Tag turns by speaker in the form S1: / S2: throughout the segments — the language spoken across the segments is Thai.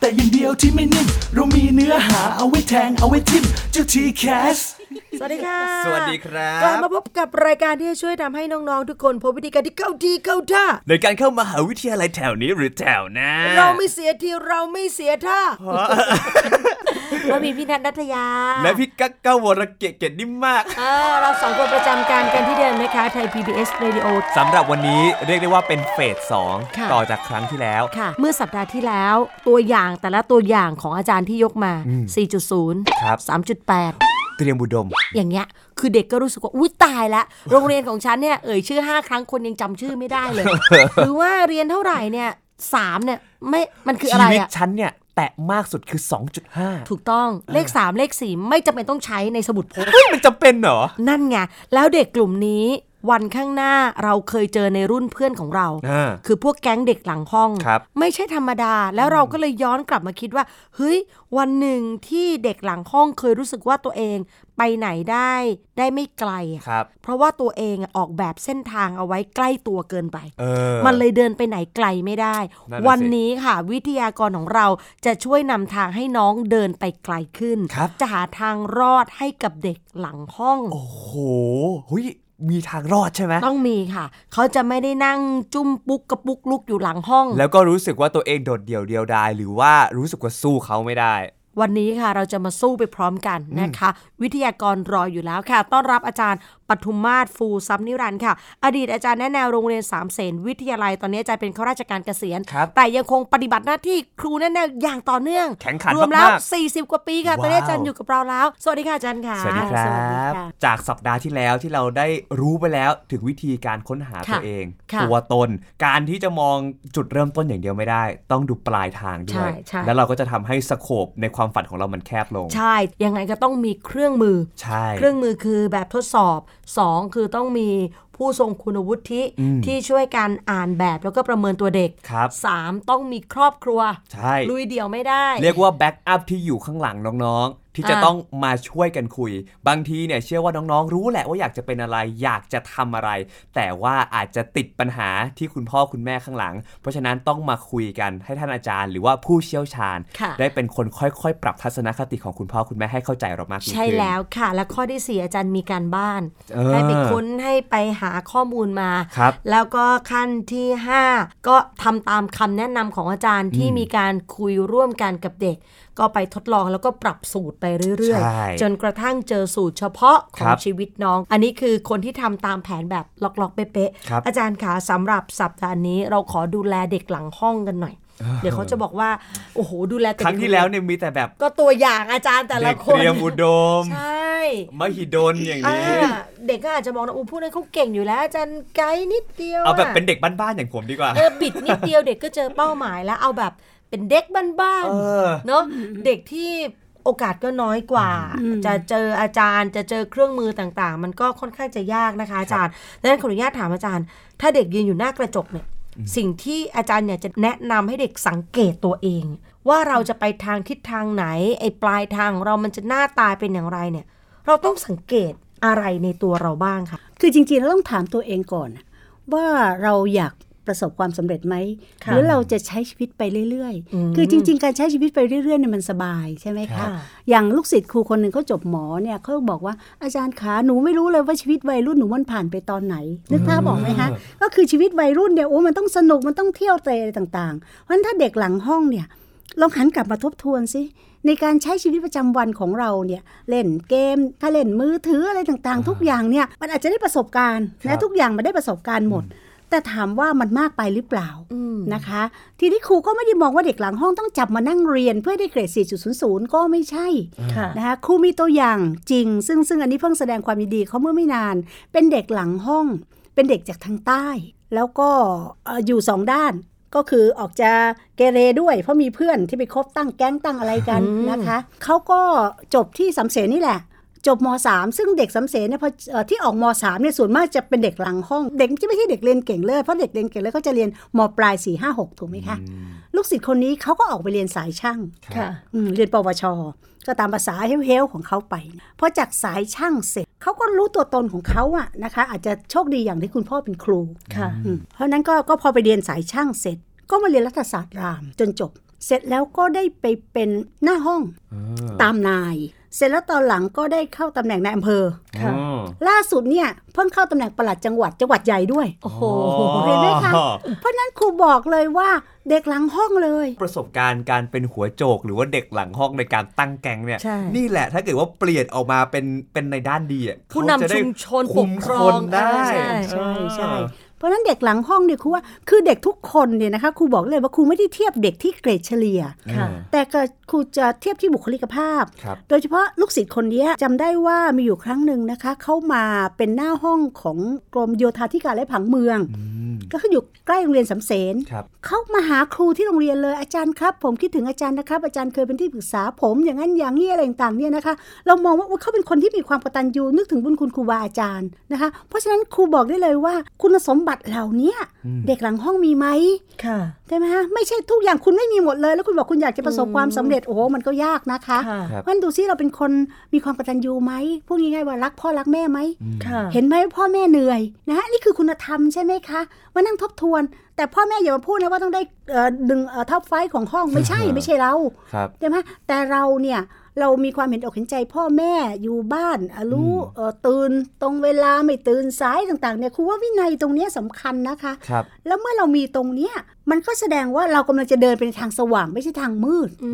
S1: แต่อยังเดียวที่ไม่นิ่มเรามีเนื้อหาเอาไว้แทงเอาไว้ทิมเจ้าทีแคส
S2: สวัสดีค่ะ
S3: สวัสดีครับ
S2: กลับมาพบกับรายการที่จะช่วยทำให้น้องๆ ทุกคนพบวิธีการที่เข้าทีเข้าท่า
S3: ในการเข้ามหาวิทยาลัยแถวนี้หรือแถวหน้า
S2: เราไม่เสียทีเราไม่เสียท่า เรามีพี่นัทนัทยา
S3: และพี่กั๊กก้าวรเกียรติเกียรตินิ่มมาก
S2: เออเราสองคนประจำการกันที่เดิมนะคะ ไทย PBS Radio
S3: สำหรับวันนี้เรียกได้ว่าเป็นเฟสสอง
S2: ค่ะ
S3: ต่อจากครั้งที่แล้ว
S2: ค่ะ เมื่อสัปดาห์ที่แล้ว ตัวอย่างแต่ละตัวอย่างของอาจารย์ที่ยกมา 4.0
S3: ครับ
S2: 3.8
S3: เตรียมบุดม
S2: อย่างเงี้ย คือเด็กก็รู้สึกว่า อุ้ยตายละ โรงเรียนของฉันเนี่ย เอ่ยชื่อ 5 ครั้งคนยังจำชื่อไม่ได้เลย หรือว่าเรียนเท่าไหร่เนี่ยสามเนี่ยไม่มันคืออะ
S3: ชี
S2: ไร
S3: วิต
S2: อะ
S3: ฉันเนี่ย แตะมากสุดคือ 2.5
S2: ถูกต้องเลข 3 เลข 4 ไม่จำเป็นต้องใช้ในสมุดพก
S3: เฮ้ยมันจำเป็นเหรอ
S2: นั่นไง แล้วเด็กกลุ่มนี้ วันข้างหน้าเราเคยเจอในรุ่นเพื่อนของเรา
S3: อ่า
S2: คือพวกแก๊งเด็กหลังห้อง
S3: ครับ
S2: ไม่ใช่ธรรมดาแล้วเราก็เลยย้อนกลับมาคิดว่า เฮ้ย วันหนึ่งที่เด็กหลังห้องเคยรู้สึกว่าตัวเองไปไหนได้ได้ไม่ไกลอะ
S3: ครับ
S2: เพราะว่าตัวเองอะออกแบบเส้นทางเอาไว้ใกล้ตัวเกินไป
S3: เออ
S2: มันเลยเดินไปไหนไกลไม่ได้
S3: นั่นน่ะสิ
S2: วันนี้ค่ะ วิทยากรของเราจะช่วยนำทางให้น้องเดินไปไกลขึ้น จะหาทางรอดให้กับเด็กหลังห้อง
S3: โอ้โหเฮ้ยมีทางรอดใช่ไหม
S2: ต้องมีค่ะ เขาจะไม่ได้นั่งจุ้มปุ๊กกระปุกลุกอยู่หลังห้อง
S3: แล้วก็รู้สึกว่าตัวเองโดดเดี่ยวเดียวดายหรือว่ารู้สึกว่าสู้เขาไม่ได้
S2: วันนี้ค่ะ เราจะมาสู้ไปพร้อมกันนะคะ วิทยากรรออยู่แล้วค่ะ ต้อนรับอาจารย์ปทุมมาศฟูซับนิรันดร์ค่ะ อดีตอาจารย์แนะแนวโรงเรียนสามเสนวิทยาลัยตอนนี้อาจารย์เป็นข้าราชการเกษียณ
S3: ครับ
S2: แต่ยังคงปฏิบัติหน้าที่ครูแนะแนวอย่างต่อเนื่อง
S3: แข็งขัน
S2: รวมแล้ว
S3: มาก
S2: 40 กว่าปีค่ะ ตอนนี้อาจารย์อยู่กับเราแล้ว สวัสดีค่ะอาจารย์ค่ะ
S3: ะสวัสดีครับ จากสัปดาห์ที่แล้วที่เราได้รู้ไปแล้วถึงวิธีการค้นหา
S2: ค่ะ
S3: ตัวเอง
S2: ค่ะ
S3: ตัวตน การที่จะมองจุดเริ่มต้นอย่างเดียวไม่ได้ ต้องดูปลายทางด้วย
S2: ใช่ใช่
S3: แล้วเราก็จะทำให้สโคปในความฝันของเรามันแคบลง
S2: ใช่ ยังไงก็ต้องมีเครื่องมือ
S3: ใช่
S2: เครื่องมือคือแบบทดสอบ 2 คือต้องมีผู้ทรงคุณวุฒิที่ช่วยกันอ่านแบบแล้วก็ประเมินตัวเด็ก
S3: ครับ
S2: 3 ต้องมีครอบครัว
S3: ใช่
S2: ลุยเดี่ยวไม่ได้
S3: เรียกว่าแบ็กอัพที่อยู่ข้างหลังน้องๆ ที่จะ
S2: อ่า
S3: ต้องมาช่วยกันคุย บางทีเนี่ยเชื่อว่าน้องๆ รู้แหละว่าอยากจะเป็นอะไร อยากจะทำอะไร แต่ว่าอาจจะติดปัญหาที่คุณพ่อคุณแม่ข้างหลัง เพราะฉะนั้นต้องมาคุยกันให้ท่านอาจารย์ หรือว่าผู้เชี่ยวชาญ
S2: ค่ะ
S3: ได้เป็นคนค่อยๆ ปรับทัศนคติของคุณพ่อคุณแม่ให้เข้าใจเรามากยิ่งขึ้น
S2: ใช่แล้วค่ะ และข้อที่ 4 อาจารย์มีการบ้าน
S3: เออ
S2: ให้ไปค้นให้ไปหาข้อมูลมา
S3: ครับ
S2: แล้วก็ขั้นที่ 5 ก็ทำตามคำแนะนำของอาจารย์ที่มีการคุยร่วมกันกับเด็ก ก็ไปทดลองแล้วก็ปรับสูตรไปเรื่อย
S3: ใช่
S2: ๆ จนกระทั่งเจอสูตรเฉพาะขอ
S3: ครั
S2: ง
S3: บ
S2: ชีวิตน้อง อันนี้คือคนที่ทำตามแผนแบบล็อกๆเป๊ะ
S3: ครับ
S2: ๆอาจารย์คะสำหรับสัปดาห์นี้เราขอดูแลเด็กหลังห้องกันหน่อย เดี๋ยวเขาจะบอกว่าโอ้โหดูแลแต่
S3: ครั้งที่แล้วเนี่ยมีแต่แบบ
S2: ก็ตัวอย่างอาจารย์แต่ละ
S3: เด็ก
S2: คน
S3: เตรียมอุดม
S2: ใช่
S3: มหิดลอย่าง
S2: อ่า
S3: นี้
S2: เด็กก็อาจจะมองนะอู้พวกนั้นเขาเก่งอยู่แล้ว อาจารย์ไกด์นิดเดียวะ
S3: เอาแบบเป็นเด็กบ้านๆอย่างผมดีกว่า
S2: เออบิดนิดเดียวเด็กก็เจอเป้าหมายแล้ว เอาแบบเป็นเด็กบ้าน
S3: เออ
S2: ๆเนาะเด็กที่โอกาสก็น้อยกว่า จะเจออาจารย์จะเจอเครื่องมือต่างๆ มันก็ค่อนข้างจะยากนะคะ อาจารย์ดังนั้นขออนุญาตถามอาจารย์ ถ้าเด็กยืนอยู่หน้ากระจกเนี่ย สิ่งที่อาจารย์เนี่ยจะแนะนำให้เด็กสังเกตตัวเอง ว่าเราจะไปทางทิศทางไหนไอ้ปลายทางของเรามันจะหน้าตาเป็นอย่างไรเนี่ย เราต้องสังเกตอะไรในตัวเราบ้างคะ
S4: คือจริงๆเราต้องถามตัวเองก่อนน่ะว่าเราอยากประสบความสำเร็จไหม
S2: ค่ะ
S4: หรือเราจะใช้ชีวิตไปเรื่อยๆ คือจริง ๆ การใช้ชีวิตไปเรื่อยๆเนี่ยมันสบายใช่ไหมคะอย่างลูกศิษย์ครูคนหนึ่งเขาจบหมอเนี่ยเขาบอกว่าอาจารย์ขาหนูไม่รู้เลยว่าชีวิตวัยรุ่นหนูมันผ่านไปตอนไหนนึกภาพออกไหมคะก็คือชีวิตวัยรุ่นเนี่ยโอ้มันต้องสนุกมันต้องเที่ยวเตะอะไรต่างๆเพราะฉะนั้นถ้าเด็กหลังห้องเนี่ย ลองหันกลับมาทบทวนสิในการใช้ชีวิตประจำวันของเราเนี่ยเล่นเกมถ้าเล่นมือถืออะไรต่างๆ ทุกอย่างเนี่ยมันอาจจะได้ประสบการณ์
S3: ครั
S4: นะ
S3: บ
S4: ทุกอย่างมันได้ประสบการณ์หมด แต่ถามว่ามันมากไปหรือเปล่านะคะ ทีนี้ครูก็ไม่ได้มองว่าเด็กหลังห้องต้องจับมานั่งเรียนเพื่อได้เกรด 4.00 ก็ไม่ใช่
S2: ค่ะ
S4: นะคะครูมีตัวอย่างจริง ซึ่งซึ่งอันนี้เพิ่งแสดงความยินดีเขาเมื่อไม่นาน เป็นเด็กหลังห้อง เป็นเด็กจากทางใต้ แล้วก็เอ่ออยู่สองด้าน ก็คือออกจะเกเรด้วย เพราะมีเพื่อนที่ไปคบตั้งแก๊งตั้งอะไรกันนะคะเขาก็จบที่สำเสนนี่แหละ จบมสามซึ่งเด็กสำเสนเนี่ยพอเอ่อที่ออกมสามเนี่ยส่วนมากจะเป็นเด็กหลังห้องเด็กที่ไม่ใช่เด็กเรียนเก่งเลยเพราะเด็กเรียนเก่งเลยเขาจะเรียนมปลายสี่ห้าหกถูกไหมคะลูกศิษย์คนนี้เขาก็ออกไปเรียนสายช่าง
S2: ค่ะ
S4: อืมเรียนปวช ก็ตามภาษาเฮลๆของเขาไปนะพอจากสายช่างเสร็จเขาก็รู้ตัวตนของเขาอะนะคะ อาจจะโชคดีอย่างที่คุณพ่อเป็นครู
S2: ค่ะ
S4: อืมเพราะฉะนั้นก็ก็พอไปเรียนสายช่างเสร็จ ก็มาเรียนรัฐศาสตร์ราม จนจบ เสร็จแล้วก็ได้ไปเป็นหน้าห้องตามนาย เสร็จแล้วตอนหลังก็ได้เข้าตำแหน่งนายอำเภอ
S2: ค่ะ
S3: อ๋อ
S4: ล่าสุดเนี่ยเพิ่งเข้าตำแหน่งปลัดจังหวัดจังหวัดใหญ่ด้วย
S2: โอ้โห
S4: เห็นไหมคะ เพราะฉะนั้นครูบอกเลยว่าเด็กหลังห้องเลย
S3: ประสบการณ์การเป็นหัวโจก หรือว่าเด็กหลังห้องในการตั้งแก๊งเนี่ย
S2: ใช่
S3: นี่แหละถ้าเกิดว่าเปลี่ยนออกมาเป็นเป็นในด้านดีอ่ะ
S2: ผู้นำ
S3: เขาจะได้
S2: ชุมชน
S3: คุม
S2: ปกคร
S3: ค
S2: อง
S3: นได้
S2: ใช่
S4: ใช่ใช่เพราะฉะนั้นเด็กหลังห้องเนี่ยครูว่าคือเด็กทุกคนเนี่ยนะคะครูบอกเลยว่าครูไม่ได้เทียบเด็กที่เกรดเฉลี่ย
S2: ค่ะ
S4: แต่ก็ครูจะเทียบที่บุคลิกภาพ
S3: ครับ
S4: โดยเฉพาะลูกศิษย์คนเนี้ยจำได้ว่ามีอยู่ครั้งหนึ่งนะคะเข้ามาเป็นหน้าห้องของกรมโยธาธิการและผังเมือง ก็คืออยู่ใกล้โรงเรียนสำเสน
S3: ครับ
S4: เข้ามาหาครูที่โรงเรียนเลยอาจารย์ครับ ผมคิดถึงอาจารย์นะครับ อาจารย์เคยเป็นที่ปรึกษาผมอย่างนั้นอย่างนี้อะไรต่างๆเนี่ยนะคะ เรามองว่าอุ๊ยเขาเป็นคนที่มีความกตัญญูนึกถึงบุญคุณครูบาอาจารย์นะคะ เพราะฉะนั้นครูบอกได้เลยว่า คุณสมบัติเหล่าเนี้ยเด็กหลังห้องมีไหม
S2: ค่ะ
S4: ใช่ไหมฮะไม่ใช่ทุกอย่างคุณไม่มีหมดเลย แล้วคุณบอกคุณอยากจะประสบ
S2: อืม
S4: ความสำเร็จโอ้โหมันก็ยากนะคะ
S2: ค่ะ
S4: เพราะฉะนั้นดูซิเราเป็นคนมีความกตัญญูไหมพูดง่ายๆว่ารักพ่อรักแม่ไหม
S2: ค่ะ
S4: เห็นไหมว่าพ่อแม่เหนื่อยนะฮะนี่คือคุณธรรมใช่ไหมคะมานั่งทบทวน แต่พ่อแม่อย่ามาพูดนะว่าต้องได้เอ่อดึงท็อปไฟของห้องไม่ ใช่ ไม่ใช่เรา
S3: ครับ
S4: ใช่ไหมแต่เราเนี่ย เรามีความเห็นอกเห็นใจพ่อแม่อยู่บ้านอ่ะรู้เอ่อตื่นตรงเวลาไม่ตื่นสายต่างๆเนี่ยครูว่าวินัยตรงเนี้ยสำคัญนะคะ
S3: ครับ
S4: แล้วเมื่อเรามีตรงเนี้ยมันก็แสดงว่าเรากำลังจะเดินไปในทางสว่างไม่ใช่ทางมืด
S2: อื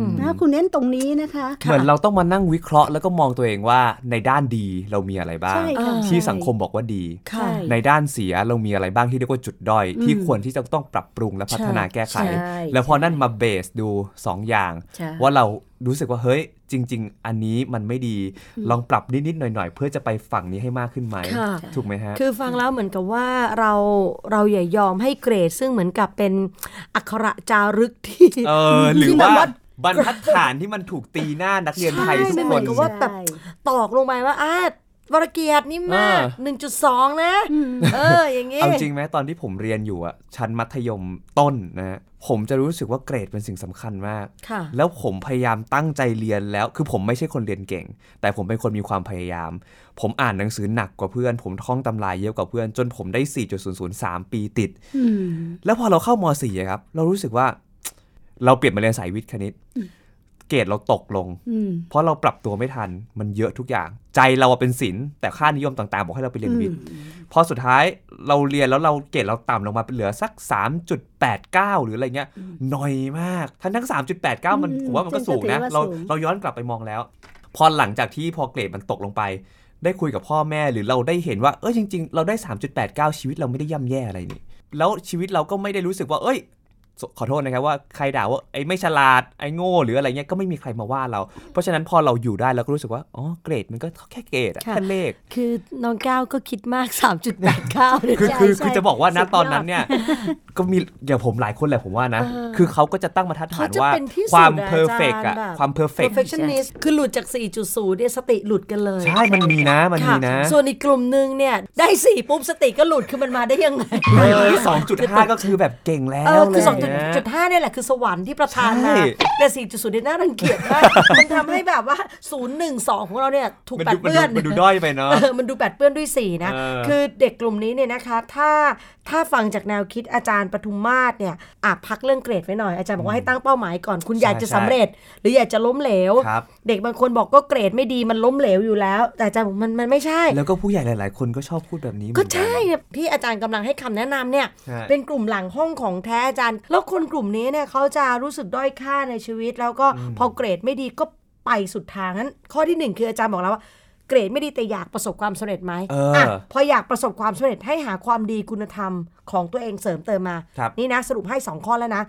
S2: ม
S4: นะคุณเน้นตรงนี้นะคะ
S3: เหมือนเราต้องมานั่งวิเคราะห์แล้วก็มองตัวเองว่าในด้านดีเรามีอะไรบ้าง
S4: ใช่ค่ะ
S3: ที่สังคมบอกว่าดี
S2: ค่ะ
S3: ในด้านเสียเรามีอะไรบ้างที่เรียกว่าจุดด้อย ที่ควรที่จะต้องปรับปรุงและพัฒนาแก้ไข
S4: ใช่
S3: แล้วพอนั่นมาเบสดูสองอย่าง
S4: ใช่
S3: ว่าเรารู้สึกว่าเฮ้ยจริง ๆ อันนี้มันไม่ดี ลองปรับนิดๆหน่อยๆ เพื่อจะไปฝั่งนี้ให้มากขึ้นไหม
S2: ค่ะ
S3: ถูกไหมฮะ
S2: คือฟังแล้วเหมือนกับว่าเราเราอย่ายอมให้เกรดซึ่งเหมือนกับเป็นอักขระจารึกที่
S3: เออหรื อ
S2: ที่แบบ
S3: ว่าบรรทัดฐานที่มันถูกตีหน้านักเรียนไทยทุก
S2: ใช่
S3: ค
S2: เหมือน นกับว่าแบบ
S4: ใช่
S2: ตอกลงไปว่าอ่าวรเกียรตินี่มาก
S3: อ่า
S2: หนึ่งจุดสองนะเอออย่างงี้
S3: เอาจริงไหมตอนที่ผมเรียนอยู่อะชั้นมัธยมต้นนะฮะผมจะรู้สึกว่าเกรดเป็นสิ่งสำคัญมาก
S2: ค่ะ
S3: แล้วผมพยายามตั้งใจเรียนแล้ว คือผมไม่ใช่คนเรียนเก่ง แต่ผมเป็นคนมีความพยายาม ผมอ่านหนังสือหนักกว่าเพื่อน ผมท่องตำรายเยอะกว่าเพื่อน จนผมได้ 4.003 ปีติด
S4: อืม
S3: แล้วพอเราเข้ามสี่อะครับ เรารู้สึกว่า เราเปลี่ยนมาเรียนสายวิทย์คณิต เกรดเราตกลง
S4: อืม
S3: เพราะเราปรับตัวไม่ทันมันเยอะทุกอย่าง ใจเราอะเป็นศิลป์แต่ค่านิยมต่างๆ บอกให้เราไปเรียนวิทย์พอสุดท้ายเราเรียนแล้วเราเกรดเราต่ำลงมาเป็นเหลือสัก 3.89 หรืออะไรเงี้ยหน่อยมากทั้งทั้ง3.89 มัน
S4: อืม
S3: ผมว่ามันก็สูงนะ
S4: จริงๆก็ถือว่า
S3: เรา
S4: สูง
S3: เราย้อนกลับไปมองแล้ว พอหลังจากที่พอเกรดมันตกลงไป ได้คุยกับพ่อแม่หรือเราได้เห็นว่าเออจริง ๆ เราได้ 3.89 ชีวิตเราไม่ได้ย่ำแย่อะไรนี่ แล้วชีวิตเราก็ไม่ได้รู้สึกว่าเอ้ย ขอโทษนะครับว่าใครด่าว่าไอ้ไม่ฉลาดไอ้โง่หรืออะไรเงี้ยก็ไม่มีใครมาว่าเรา เพราะฉะนั้นพอเราอยู่ได้เราก็รู้สึกว่าอ๋อเกรดมันก็แค่เกรดอะ
S2: ค่ะ
S3: แค่เลข
S2: คือน้องก้าวก็คิดมาก 3.89เลย
S3: คือ
S4: ใช่
S3: คือ
S4: ใช่
S3: คือจะบอกว่า
S4: สุ
S3: นะ
S4: ดยอด
S3: ตอนนั้น เนี่ย ก็มีอย่างผมหลายคนแหละผมว่านะ
S2: เออ
S3: คือเขาก็จะตั้งมาทัดฐาน
S2: เขาจะ
S3: ว่า
S2: เป็นที่สุด
S3: ความ
S2: อะ
S3: เพอร์เฟก
S2: อาจารย์
S3: อะ
S2: แบบ
S3: ความเพอร์เฟก
S2: perfectionist คือหลุดจาก 4.0เนี่ยสติหลุดกันเลย
S3: ใช่มันมีนะมัน
S2: ค่ะ
S3: มีนะ
S2: ส่วนอีกกลุ่มหนึ่งเนี่ย ได้ 4 ปุ๊บสติก็หลุดคือมันมาได้ยังไง
S3: สองจุดห้าก็คือแบบเก่งแล้ว
S2: เออคือ
S3: เลย
S2: สองจุด
S3: นะ
S2: จุดห้าเนี่ยแหละคือสวรรค์ที่ประทานมา
S3: ใช่
S2: แต่สี่จุดศูนย์เนี่ยน่ารังเกียจมาก มันทำให้แบบว่าศูนย์หนึ่งสองของเราเนี่ยถูก
S3: มัน
S2: ปัด
S3: ดูมัน
S2: เปื้อ
S3: ดู
S2: น
S3: มันดูด้อยไปเนาะ
S2: เออมันดูแปดเปื้อนด้วยสี่นะ
S3: เออ
S2: คือเด็กกลุ่มนี้เนี่ยนะคะ ถ้าถ้าฟังจากแนวคิดอาจารย์ปทุมมาศเนี่ยอ่ะพักเรื่องเกรดไว้หน่อยอาจารย์บอกว่าให้ตั้งเป้าหมายก่อนคุณอยากจะสำเร็จ หรืออยากจะล้มเหลว
S3: ครับ
S2: เด็กบางคนบอกก็เกรดไม่ดีมันล้มเหลวอยู่แล้ว แต่อาจารย์บอกมันมันไม่ใช่
S3: แล้วก็ผู้ใหญ่หลาย ๆ คนก็ชอบพูดแบบนี้เหมื
S2: ก็
S3: อนน
S2: ใช่เนี่ยที่อาจารย์กำลังให้คำแนะนำเนี่ย
S3: ใช่
S2: เป็นกลุ่มหลังห้องของแท้อาจารย์ แล้วคนกลุ่มนี้เนี่ยเขาจะรู้สึกด้อยค่าในชีวิต แล้วก็พอเกรดไม่ดีก็ไปสุดทางนั้นข้อที่หนึ่งคืออาจารย์บอกแล้วว่า เกรดไม่ดีแต่อยากประสบความสำเร็จไหม
S3: เอออ่
S2: ะพออยากประสบความสำเร็จให้หาความดีคุณธรรมของตัวเองเสริมเติมมา
S3: ครับ
S2: นี่นะสรุปให้สองข้อแล้วนะ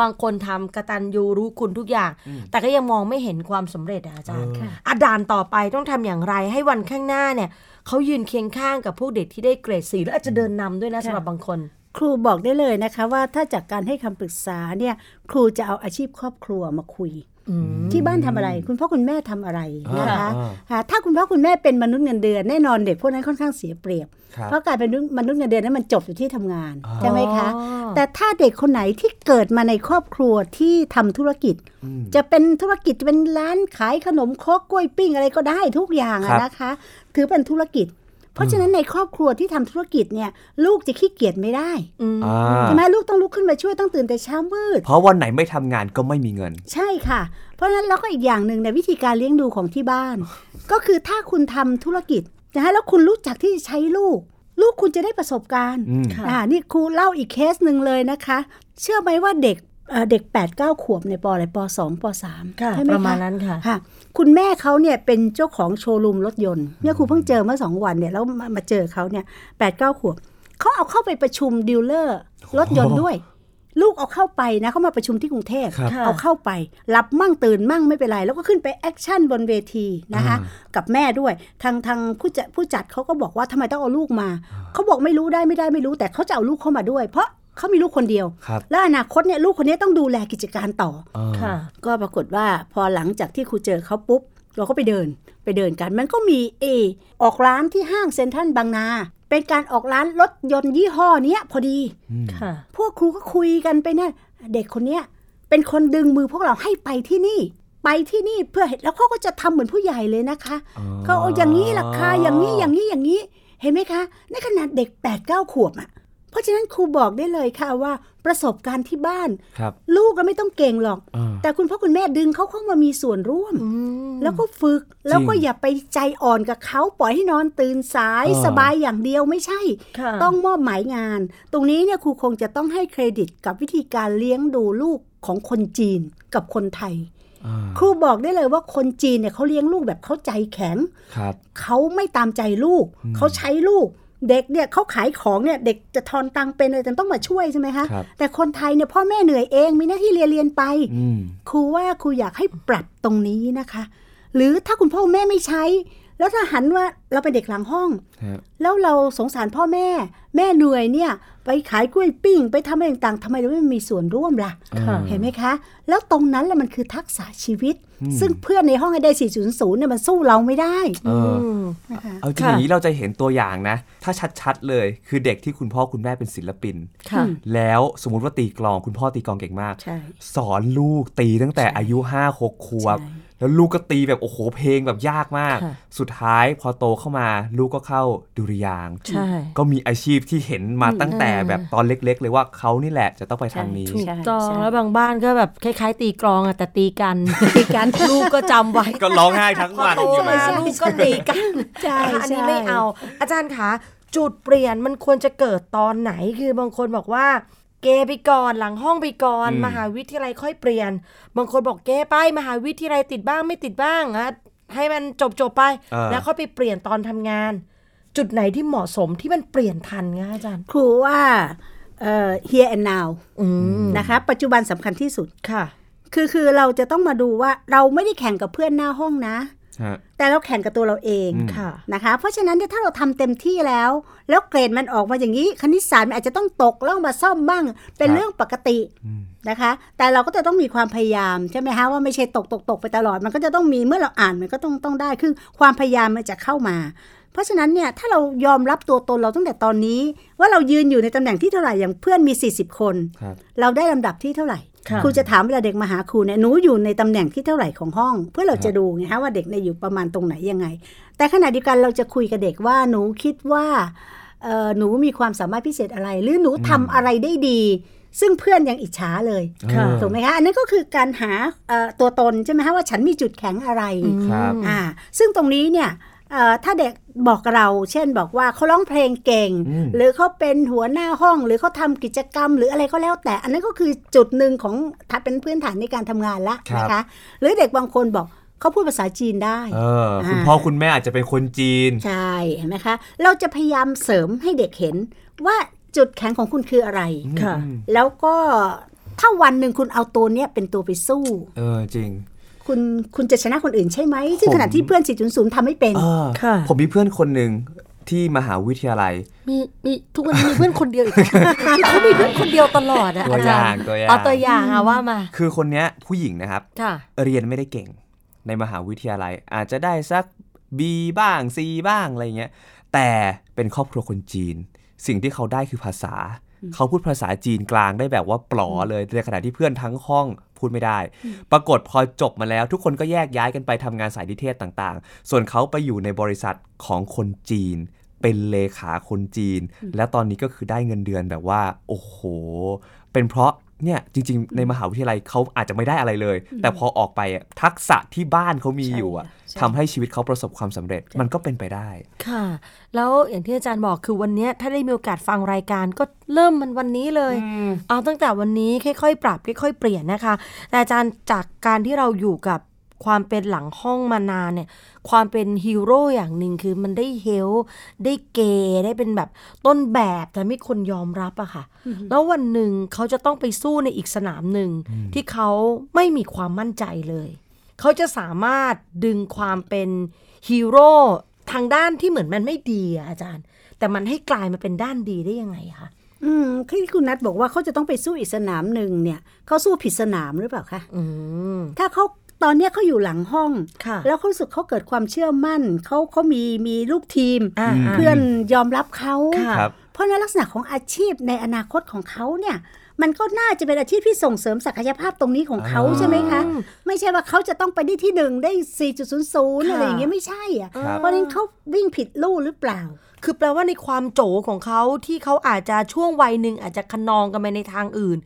S2: บางคนทำกตัญญูรู้คุณทุกอย่าง แต่ก็ยังมองไม่เห็นความสำเร็จอะอาจารย์
S3: เออ
S2: ค่ะอะด่านต่อไปต้องทำอย่างไรให้วันข้างหน้าเนี่ยเขายืนเคียงข้างกับพวกเด็กที่ได้เกรดสีแล้วอาจจะเดินนำด้วยนะสำหรับบางคน
S4: ครูบอกได้เลยนะคะว่าถ้าจากการให้คำปรึกษาเนี่ยครูจะเอาอาชีพครอบครัวมาคุย
S2: อืม
S4: ที่บ้านทำอะไร คุณพ่อคุณแม่ทำอะไรนะคะ
S3: อ่า
S4: ค่ะถ้าคุณพ่อคุณแม่เป็นมนุษย์เงินเดือนแน่นอนเด็กพวกนั้นค่อนข้างเสียเปรียบ
S3: ครับ
S4: เพราะการเป็นมนุษย์เงินเดือนนั้นมันจบอยู่ที่ทำงาน
S3: อ๋อ
S4: ใช่ไหมคะ
S2: อ๋อ
S4: แต่ถ้าเด็กคนไหนที่เกิดมาในครอบครัวที่ทำธุรกิจ
S3: อืม
S4: จะเป็นธุรกิจจะเป็นร้านขายขนมครกกล้วยปิ้งอะไรก็ได้ทุกอย่าง
S3: ครั
S4: อะ
S3: บ
S4: นะคะ ถือเป็นธุรกิจ เพราะฉะนั้นในครอบครัวที่ทำธุรกิจเนี่ยลูกจะขี้เกียจไม่ได้
S2: อืม
S3: อ่า
S4: ใช่ไหมลูกต้องลุกขึ้นมาช่วยต้องตื่นแต่เช้ามืด
S3: เพราะวันไหนไม่ทำงานก็ไม่มีเงิน
S4: ใช่ค่ะ เพราะฉะนั้นแล้วก็อีกอย่างหนึ่งในยวิธีการเลี้ยงดูของที่ บ้าน ก็คือถ้าคุณทำธุรกิจนะคะแล้วคุณรู้จักที่จะใช้ลูก ลูกคุณจะได้ประสบการณ์
S3: อืม
S2: ค่ะ
S4: อ่านี่ครูเล่าอีกเคสหนึ่งเลยนะคะ เชื่อไหมว่าเด็กเอ่อเด็ก 8 9 ขวบในยปอะไรปสองปสาม
S2: ค่ะ
S4: ใช่ไหม
S2: ประมาณ
S4: คะ
S2: นั้นค่ะ
S4: ค่ะ คุณแม่เขาเนี่ยเป็นเจ้าของโชว์รูมรถยนต์เนี่ยครูเพิ่งเจอเมื่อสองวันเนี่ยแล้วมามาเจอเขาเนี่ยแปดเก้าขวบเขาเอาเข้าไปประชุมดีลเลอร์รถยนต์ด้วย ลูกเอาเข้าไปนะเขามาประชุมที่กรุงเทพ
S3: ครับ
S4: เอาเข้าไปรับมั่งตื่นมั่งไม่เป็นไร แล้วก็ขึ้นไปแอคชั่นบนเวทีนะคะ
S3: อ่
S4: กับแม่ด้วยทางทางผู้จัดผู้จัดเขาก็บอกว่าทำไมต้องเอาลูกมาเขาบอกไม่รู้ได้ไม่ได้ไม่รู้แต่เขาจะเอาลูกเข้ามาด้วย เพราะเขามีลูกคนเดียว
S3: ครับ
S4: และอนาคตเนี่ยลูกคนนี้ต้องดูแลกิจการต่อ
S3: อ่า
S2: ค่ะ
S4: ก็ปรากฏว่าพอหลังจากที่ครูเจอเขาปุ๊บ เราก็ไปเดินไปเดินกัน มันก็มีเออออกร้านที่ห้างเซ็นทรัลบางนา เป็นการออกร้านรถยนต์ยี่ห้อเนี้ยพอดี
S2: ค่ะ
S4: พวกครูก็คุยกันไปนะเด็กคนเนี้ยเป็นคนดึงมือพวกเราให้ไปที่นี่ ไปที่นี่เพื่อเห็นแล้วเขาก็จะทำเหมือนผู้ใหญ่เลยนะคะ
S3: อ๋อ
S4: เขาเอาอย่างนี้ราคาอย่างนี้อย่างนี้อย่างนี้เห็นไหมคะในขนาดเด็ก8ปดเก้าขวบอะ่ะเพราะฉะนั้นครูบอกได้เลยค่ะว่าประสบการณ์ที่บ้าน
S3: ครับ
S4: ลูกก็ไม่ต้องเก่งหรอก
S3: อ่า
S4: แต่คุณพ่อคุณแม่ดึงเขาเข้ามามีส่วนร่วม
S2: อืม
S4: แล้วก็ฝึกแล้วก็อย่าไปใจอ่อนกับเขาปล่อยให้นอนตื่นสาย
S3: เออ
S4: สบายอย่างเดียวไม่ใช่
S2: ค่ะ
S4: ต้องมอบหมายงาน ตรงนี้เนี่ยครูคงจะต้องให้เครดิตกับวิธีการเลี้ยงดูลูกของคนจีนกับคนไทย
S3: อ่า
S4: ครูบอกได้เลยว่าคนจีนเนี่ยเขาเลี้ยงลูกแบบเขาใจแข็ง
S3: ครับ
S4: เขาไม่ตามใจลูก เขาใช้ลูก เด็กเนี่ยเขาขายของเนี่ยเด็กจะทอนตังค์เป็นอะไรแต่ต้องมาช่วยใช่ไหมคะ
S3: ครับ
S4: แต่คนไทยเนี่ยพ่อแม่เหนื่อยเองมีหน้าที่เรียนเรียนไป
S3: อืม
S4: ครูว่าครูอยากให้ปรับตรงนี้นะคะ หรือถ้าคุณพ่อคุณแม่ไม่ใช้ แล้วถ้าหันว่าเราเป็นเด็กหลังห้อง
S3: ฮะ
S4: แล้วเราสงสารพ่อแม่ แม่เหนื่อยเนี่ย ไปขายกล้วยปิ้ง ไปทำอะไรต่างๆทำไมเราไม่มีส่วนร่วมล่ะ
S2: ค่ะ
S4: เห็นไหมคะ แล้วตรงนั้นแหละมันคือทักษะชีวิต ซึ่งเพื่อนในห้องให้ได้ 4.0 เนี่ยมันสู้เราไม่ได้
S3: เอออ
S2: อืม
S4: นะคะ
S3: เอาจริง
S2: ค่ะ
S3: อย่างนี้เราจะเห็นตัวอย่างนะ ถ้าชัดๆเลยคือเด็กที่คุณพ่อคุณแม่เป็นศิลปิน
S2: ค่ะ
S3: แล้วสมมุติว่าตีกลองคุณพ่อตีกลองเก่งมาก
S4: ใช่
S3: สอนลูกตีตั้งแต่อายุ5้าหกขวบ
S4: ใช่
S3: แล้วลูกก็ตีแบบโอ้โหเพลงแบบยากมาก
S2: ค่ะ
S3: สุดท้ายพอโตเข้ามาลูกก็เข้าดุริยางค์
S2: ใช่
S3: ก็มีอาชีพที่เห็นมาตั้งแต่แบบตอนเล็ก ๆ เลยว่าเขานี่แหละจะต้องไปทางนี้
S4: ใช่
S2: ถูกต้อง
S4: ใช่
S2: แล้วบางบ้านก็แบบคล้าย ๆ ตีกลองอะแต่ตีกัน
S4: ตีกัน
S2: ลูกก็จำไว้
S3: ก็ร้องไห้ทั้ง
S2: พอ
S3: วัน
S2: โต
S3: อยู่
S2: มา
S3: นะ
S4: ใช่
S2: ลูกก็ตีกัน
S4: ใช่
S2: อันนี้ไม่เอา อาจารย์คะจุดเปลี่ยนมันควรจะเกิดตอนไหนคือบางคนบอกว่า เกไปก่อนหลังห้องไปก่อน มหาวิทยาลัยค่อยเปลี่ยน บางคนบอกเกไป มหาวิทยาลัยติดบ้างไม่ติดบ้างอะให้มันจบจบๆไป แล้วค่อยไปเปลี่ยนตอนทำงาน จุดไหนที่เหมาะสมที่มันเปลี่ยนทันคะอาจารย์
S4: ครูว่าเอ่อ here and now
S2: อืม
S4: นะคะ ปัจจุบันสำคัญที่สุด
S2: ค่ะ
S4: คือคือเราจะต้องมาดูว่าเราไม่ได้แข่งกับเพื่อนหน้าห้องนะ
S3: ฮะ
S4: แต่เราแข่งกับตัวเราเอง
S3: อืม
S2: ค่ะ
S4: นะคะ เพราะฉะนั้นเนี่ยถ้าเราทำเต็มที่แล้ว แล้วเกรดมันออกมาอย่างนี้คณิตศาสตร์มันอาจจะต้องตกแล้วมาซ่อมบ้าง เป็นเรื่องปกติ
S3: อืม
S4: นะคะ แต่เราก็จะต้องมีความพยายามใช่ไหมคะว่าไม่ใช่ตกตกตกไปตลอดมันก็จะต้องมีเมื่อเราอ่านมันก็ต้องต้องได้คือความพยายามมันจะเข้ามา เพราะฉะนั้นเนี่ยถ้าเรายอมรับตัวตนเราตั้งแต่ตอนนี้ ว่าเรายืนอยู่ในตำแหน่งที่เท่าไหร่อย่างเพื่อนมี 40 คน
S3: ครับ
S4: เราได้ลำดับที่เท่าไหร่
S2: ค่ะ
S4: ครูจะถามเวลาเด็กมาหาครูเนี่ยหนูอยู่ในตำแหน่งที่เท่าไหร่ของห้อง เพื่อเรา
S3: ครับ
S4: จะดูไงฮะว่าเด็กเนี่ยอยู่ประมาณตรงไหนยังไง แต่ขณะเดียวกันเราจะคุยกับเด็กว่าหนูคิดว่าเอ่อหนูมีความสามารถพิเศษอะไร หรือหนูทำอะไรได้ดี ซึ่งเพื่อนยังอิจฉาเลย
S2: ค่ะ
S3: เออ
S4: ถูกไหมคะอันนั้นก็คือการหาเอ่อตัวตนใช่ไหมคะว่าฉันมีจุดแข็งอะไร
S3: ครับ
S4: อ่าซึ่งตรงนี้เนี่ยเอ่อถ้าเด็กบอกเรา เช่นบอกว่าเขาร้องเพลงเก่ง
S3: อืม
S4: หรือเขาเป็นหัวหน้าห้อง หรือเขาทำกิจกรรม หรืออะไรก็แล้วแต่ อันนั้นก็คือจุดหนึ่งของถ้าเป็นพื้นฐานในการทำงานละนะคะ หรือเด็กบางคนบอกเขาพูดภาษาจีนได้
S3: เออคุณพ่อคุณแม่อาจจะเป็นคนจีน
S4: ใช่เห็นไหมคะ เราจะพยายามเสริมให้เด็กเห็นว่าจุดแข็งของคุณคืออะไร
S2: ค่ะ
S4: แล้วก็ถ้าวันหนึ่งคุณเอาตัวเนี้ยเป็นตัวไปสู้
S3: เออจริง
S4: คุณคุณจะชนะคนอื่นใช่ไหมซึ่งขณะที่เพื่อน4.0ทำไม่เป็น
S3: เออ
S2: ค่ะ
S3: ผมมีเพื่อนคนหนึ่ง ที่มหาวิทยาลัย
S2: มีมีทุกวันนี้ มีเพื่อนคนเดียวอีกเหรอ เขามีเพื่อนคนเดียวตลอดอะ
S3: ตัว
S2: อา
S3: อ
S2: จา
S3: ย่าง
S2: รย์
S3: ตัวอย่าง
S2: เอาตัวอย่างอะว่ามา
S3: คือคนเนี้ยผู้หญิงนะครับ
S2: ค่ะ
S3: เรียนไม่ได้เก่งในมหาวิทยาลัย อาจจะได้สัก B บ้าง C บ้างอะไรเงี้ยแต่เป็นครอบครัวคนจีน สิ่งที่เขาได้คือภาษา เขาพูดภาษาจีนกลางได้แบบว่าปลอเลยในขณะที่เพื่อนทั้งห้องพูดไม่ได้ ปรากฏพอจบมาแล้ว ทุกคนก็แยกย้ายกันไปทำงานสายนิเทศต่างๆ ส่วนเขาไปอยู่ในบริษัทของคนจีน เป็นเลขาคนจีน และตอนนี้ก็คือได้เงินเดือนแบบว่า โอ้โห เป็นเพราะเนี่ยจริง ๆ ในมหาวิทยาลัยเขาอาจจะไม่ได้อะไรเลย แต่พอออกไปอะทักษะที่บ้านเขามีอยู่อะ
S4: ใช่
S3: ทำให้ชีวิตเขาประสบความสำเร็จมันก็เป็นไปได้
S2: ค่ะ แล้วอย่างที่อาจารย์บอกคือวันเนี้ยถ้าได้มีโอกาสฟังรายการก็เริ่มมันวันนี้เลย เอาตั้งแต่วันนี้ค่อยๆ ปรับค่อยๆ เปลี่ยนนะคะ แต่อาจารย์จากการที่เราอยู่กับความเป็นหลังห้องมานานเนี่ยความเป็นฮีโร่อย่างหนึ่งคือมันได้เฮลท์ได้เกย์ได้เป็นแบบต้นแบบแต่ไม่คนยอมรับอะค่ะ แล้ววันหนึ่งเขาจะต้องไปสู้ในอีกสนามหนึ่งที่เขาไม่มีความมั่นใจเลย เขาจะสามารถดึงความเป็นฮีโร่ทางด้านที่เหมือนมันไม่ดีอะอาจารย์ แต่มันให้กลายมาเป็นด้านดีได้ยังไงคะ
S4: อืมที่คุณนัทบอกว่าเขาจะต้องไปสู้อีกสนามหนึ่งเนี่ยเขาสู้ผิดสนามหรือเปล่าคะ
S2: อืม
S4: ถ้าเขาตอนเนี้ยเขาอยู่หลังห้อง
S2: ค่ะ
S4: แล้วเขารู้สึกเขาเกิดความเชื่อมั่นเขาเขามีมีลูกทีม
S2: อ่า
S3: อืม
S4: เพื่อนยอมรับเขา
S2: ค่ะ
S3: ครับ
S4: เพราะฉะนั้นลักษณะของอาชีพในอนาคตของเขาเนี่ยมันก็น่าจะเป็นอาชีพที่ส่งเสริมศักยภาพตรงนี้ของเขา
S3: อ่า
S4: ใช่ไหมคะ ไม่ใช่ว่าเขาจะต้องไปได้ที่หนึ่งได้ 4.00
S2: ค่ะ
S4: อะไรอย่างเงี้ยไม่ใช่อ่ะ
S3: ครับ
S4: เพราะฉะนั้นเขาวิ่งผิดลู่หรือเปล่า
S2: คือแปลว่าในความโจของเขาที่เขาอาจจะช่วงวัยหนึ่งอาจจะขนองกันไปในทางอื่น